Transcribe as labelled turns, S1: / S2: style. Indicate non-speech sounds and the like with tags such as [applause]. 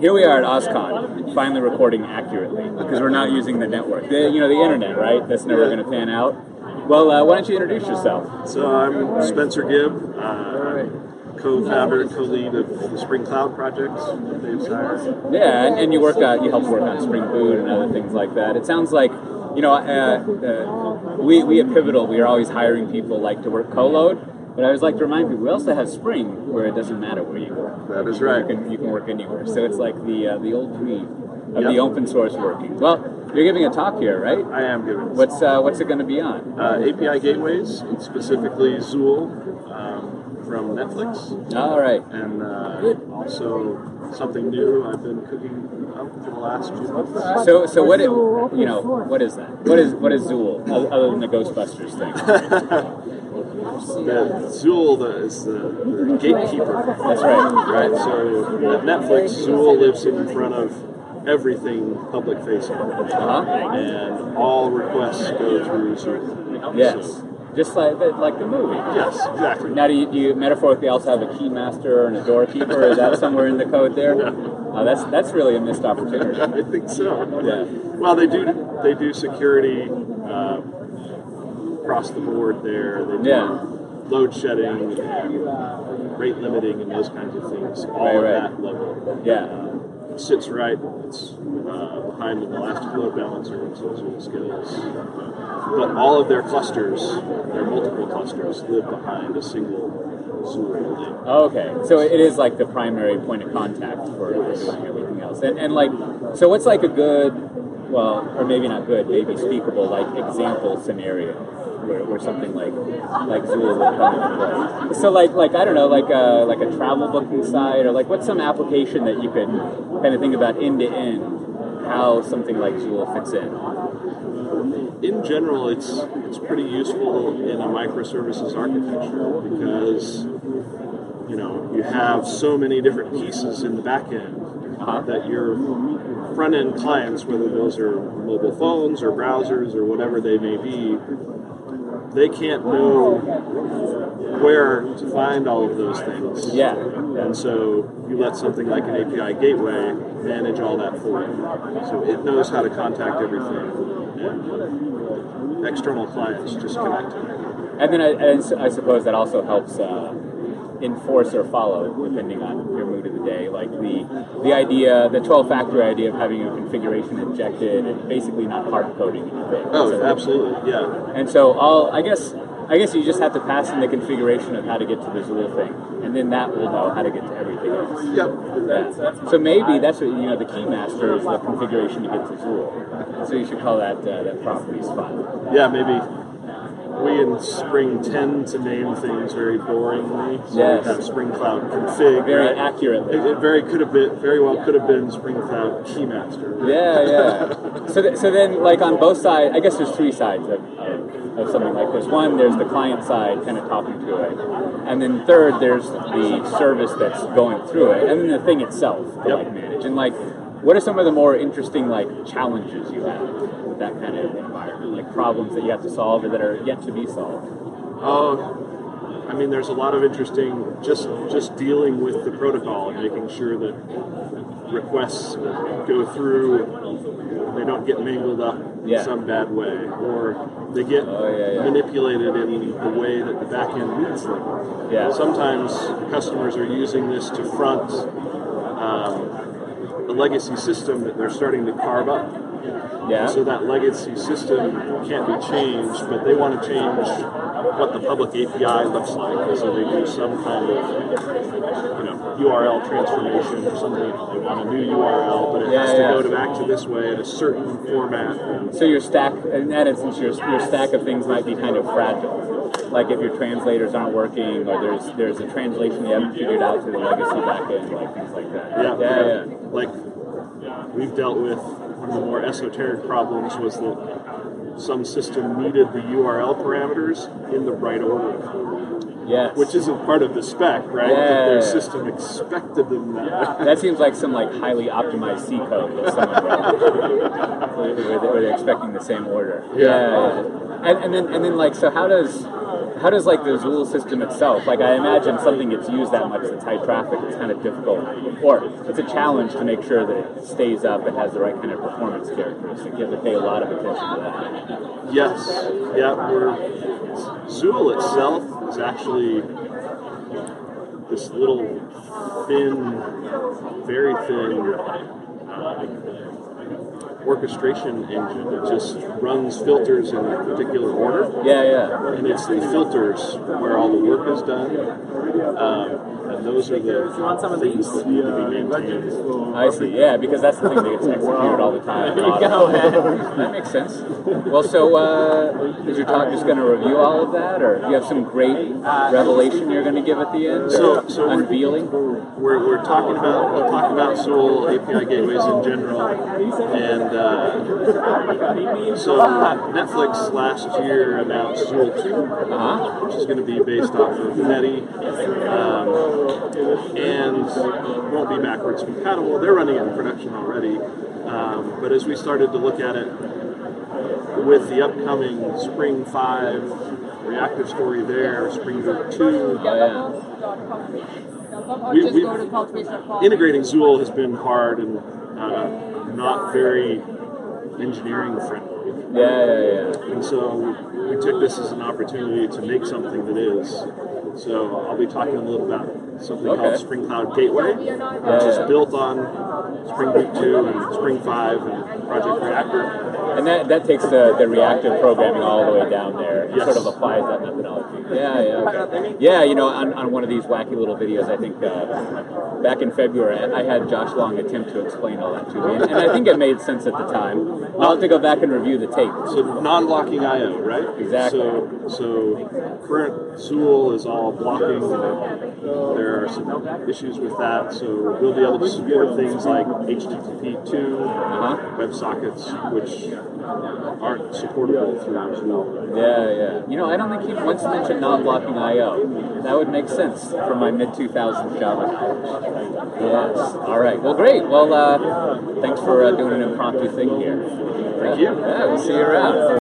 S1: here we are at OSCON, finally recording accurately because we're not using the network, the, you know, the internet, right? That's never
S2: Yeah.
S1: going to pan out. Well, uh, why don't you introduce yourself?
S2: So I'm Spencer Gibb, uh, I'm co-founder and co-lead of the Spring Cloud Project. Dave's hired.
S1: Yeah, and, and you work on, you help work on Spring Boot and other things like that. It sounds like, you know, uh, uh, we, we at Pivotal, we are always hiring people like to work co-load, but I always like to remind people, we also have Spring where it doesn't matter where you work.
S2: That is
S1: You
S2: right.
S1: can, you can work anywhere. So it's like the, uh, the old dream of the
S2: Yep.
S1: open source working. Well, you're giving a talk here, right?
S2: I am giving this.
S1: What's, uh, what's it going to be on?
S2: Uh, API gateways, and specifically Zool um, from Netflix,
S1: All right.
S2: and uh, also something new I've been cooking up for the last few months.
S1: So, so what? It, you know, what is that? What is what is Zool o- other than the Ghostbusters thing?
S2: The Zool the, is the, the gatekeeper.
S1: That's right.
S2: Right, so at Netflix, Zool lives in front of everything public facing,
S1: Uh-huh.
S2: and all requests go through Zool.
S1: Yes.
S2: So,
S1: Just like the, like the movie.
S2: yes, exactly.
S1: Now, do you, do you metaphorically also have a key master and a doorkeeper? Is that somewhere in the code there? Oh, that's that's really a missed opportunity.
S2: I think so.
S1: Yeah.
S2: Well, they do they do security uh, across the board there. They do
S1: Yeah.
S2: load shedding, and rate limiting, and those kinds of things. All
S1: Right,
S2: at
S1: right.
S2: that level.
S1: Yeah.
S2: Uh, sits right. It's uh, behind an elastic load balancer and social skills. But all of their clusters, their multiple clusters, live behind a single Zool link.
S1: Oh, Okay, so it is like the primary point of contact for for doing everything else, and, and like, so what's like a good, well, or maybe not good, maybe speakable, like example scenario where, where something like like Zool would come into play. So like like I don't know, like a like a travel booking site, or like what's some application that you could kind of think about end to end how something like Zool fits in.
S2: in general, it's it's pretty useful in a microservices architecture because you know you have so many different pieces in the back end
S1: Uh-huh.
S2: that your front end clients, whether those are mobile phones or browsers or whatever they may be, they can't know where to find all of those things.
S1: Yeah.
S2: And so you let something like an API gateway manage all that for you. So it knows how to contact everything. And external clients just connect to it.
S1: And then I, and s- I suppose that also helps uh, enforce or follow, depending on your mood of the day. Like the the idea, the twelve factor idea of having your configuration injected and basically not hard coding anything. So-
S2: Oh, absolutely. Yeah.
S1: And so all I guess I guess you just have to pass in the configuration of how to get to the Zool thing, and then that will know how to get to everything else.
S2: Yep.
S1: Yeah. So maybe that's what you know. The key master is the configuration to get to Zool. So you should call that uh, that property spot.
S2: Yeah, maybe we in Spring tend to name things very boringly. So
S1: Yes.
S2: we have Spring Cloud config.
S1: Very
S2: right?
S1: accurately.
S2: It, it very could have been very well could have been Spring Cloud Keymaster. right?
S1: Yeah, yeah. so, th- so then, like on both sides, I guess there's three sides of, of, of something like this. One, there's the client side kind of talking to it, and then third, there's the service that's going through it, and then the thing itself to
S2: Yep.
S1: like manage. And like, what are some of the more interesting like challenges you have with that kind of environment, like problems that you have to solve or that are yet to be solved?
S2: Oh, I mean, there's a lot of interesting just just dealing with the protocol and making sure that requests go through. They don't get mangled up
S1: Yeah.
S2: in some bad way, or they get
S1: Oh, yeah, yeah.
S2: manipulated in the way that the back end needs them.
S1: Yeah.
S2: Sometimes customers are using this to front um, a legacy system that they're starting to carve up.
S1: Yeah.
S2: So that legacy system can't be changed, but they want to change what the public API looks like. So they do some kind of you know URL transformation or something. They want a new URL, but it has
S1: Yeah,
S2: to
S1: yeah.
S2: go to back to this way in a certain format.
S1: So your stack, in that instance, your, your stack of things might be kind of fragile. Like if your translators aren't working, or there's there's a translation you haven't figured out to the legacy backend, like things like that.
S2: Yeah,
S1: yeah, yeah.
S2: Like we've dealt with one of the more esoteric problems was that some system needed the URL parameters in the right order.
S1: Yes.
S2: Which isn't part of the spec, right? But
S1: Yeah.
S2: their system expected them that. way.
S1: that seems like some like highly optimized C code that someone wrote, where, they, where they're expecting the same order.
S2: Yeah.
S1: yeah. And, and then and then like so, how does how does like the Zool system itself? Like I imagine something gets used that much that's high traffic. It's kind of difficult, or it's a challenge to make sure that it stays up and has the right kind of performance characteristic. You have to pay a lot of attention to that.
S2: Yes. Yeah, we're Zool itself is actually this little thin, very thin uh, orchestration engine that just runs filters in a particular order.
S1: Yeah, yeah.
S2: And it's the filters where all the work is done. Um, and those are the things that need to be maintained.
S1: I see. Yeah, because that's the thing that gets executed all the
S2: [laughs]
S1: time. There you go. [laughs] that makes sense. Well, so uh, is your talk just going to review all of that, or do you have some great revelation you're going to give at the end?
S2: So-
S1: or
S2: so we're-
S1: unveiling.
S2: We're, we're talking about we'll talk about Zool API gateways in general, and uh, so Netflix last year announced Zool two,
S1: Uh-huh.
S2: which is going to be based off of Neti, um, and won't be backwards compatible. They're running it in production already, um, but as we started to look at it with the upcoming Spring five reactive story there, Spring Boot two.
S1: Oh, yeah.
S3: Or
S2: We-
S3: just
S2: we-
S3: go to cultivation.com.
S2: integrating Zool has been hard and uh, not very engineering friendly.
S1: Yeah, yeah, yeah.
S2: And so we took this as an opportunity to make something that is. So I'll be talking a little about something
S1: Okay.
S2: called Spring Cloud Gateway, which is built on Spring Boot 2 and Spring 5 and Project Reactor.
S1: And that, that takes the, the reactive programming all the way down there and
S2: Yes.
S1: sort of applies that methodology. Yeah, yeah. okay. Yeah, you know, on, on one of these wacky little videos, I think uh, back in February, I I had Josh Long attempt to explain all that to me. And I think it made sense at the time. I'll have to go back and review the tape.
S2: So non-blocking I/O, right?
S1: Exactly.
S2: So, so current Zool is all blocking. There are some issues with that, so we'll be able to support things like HTTP two,
S1: Uh-huh.
S2: WebSockets, which aren't supportable through Zool.
S1: Yeah, yeah. You know, I don't think he once mentioned non-blocking I/O. That would make sense from my mid 2000s Java knowledge. Yes. All right. Well, great. Well, uh, thanks for uh, doing an impromptu thing here. Thank
S2: you.
S1: Yeah. We'll see you around.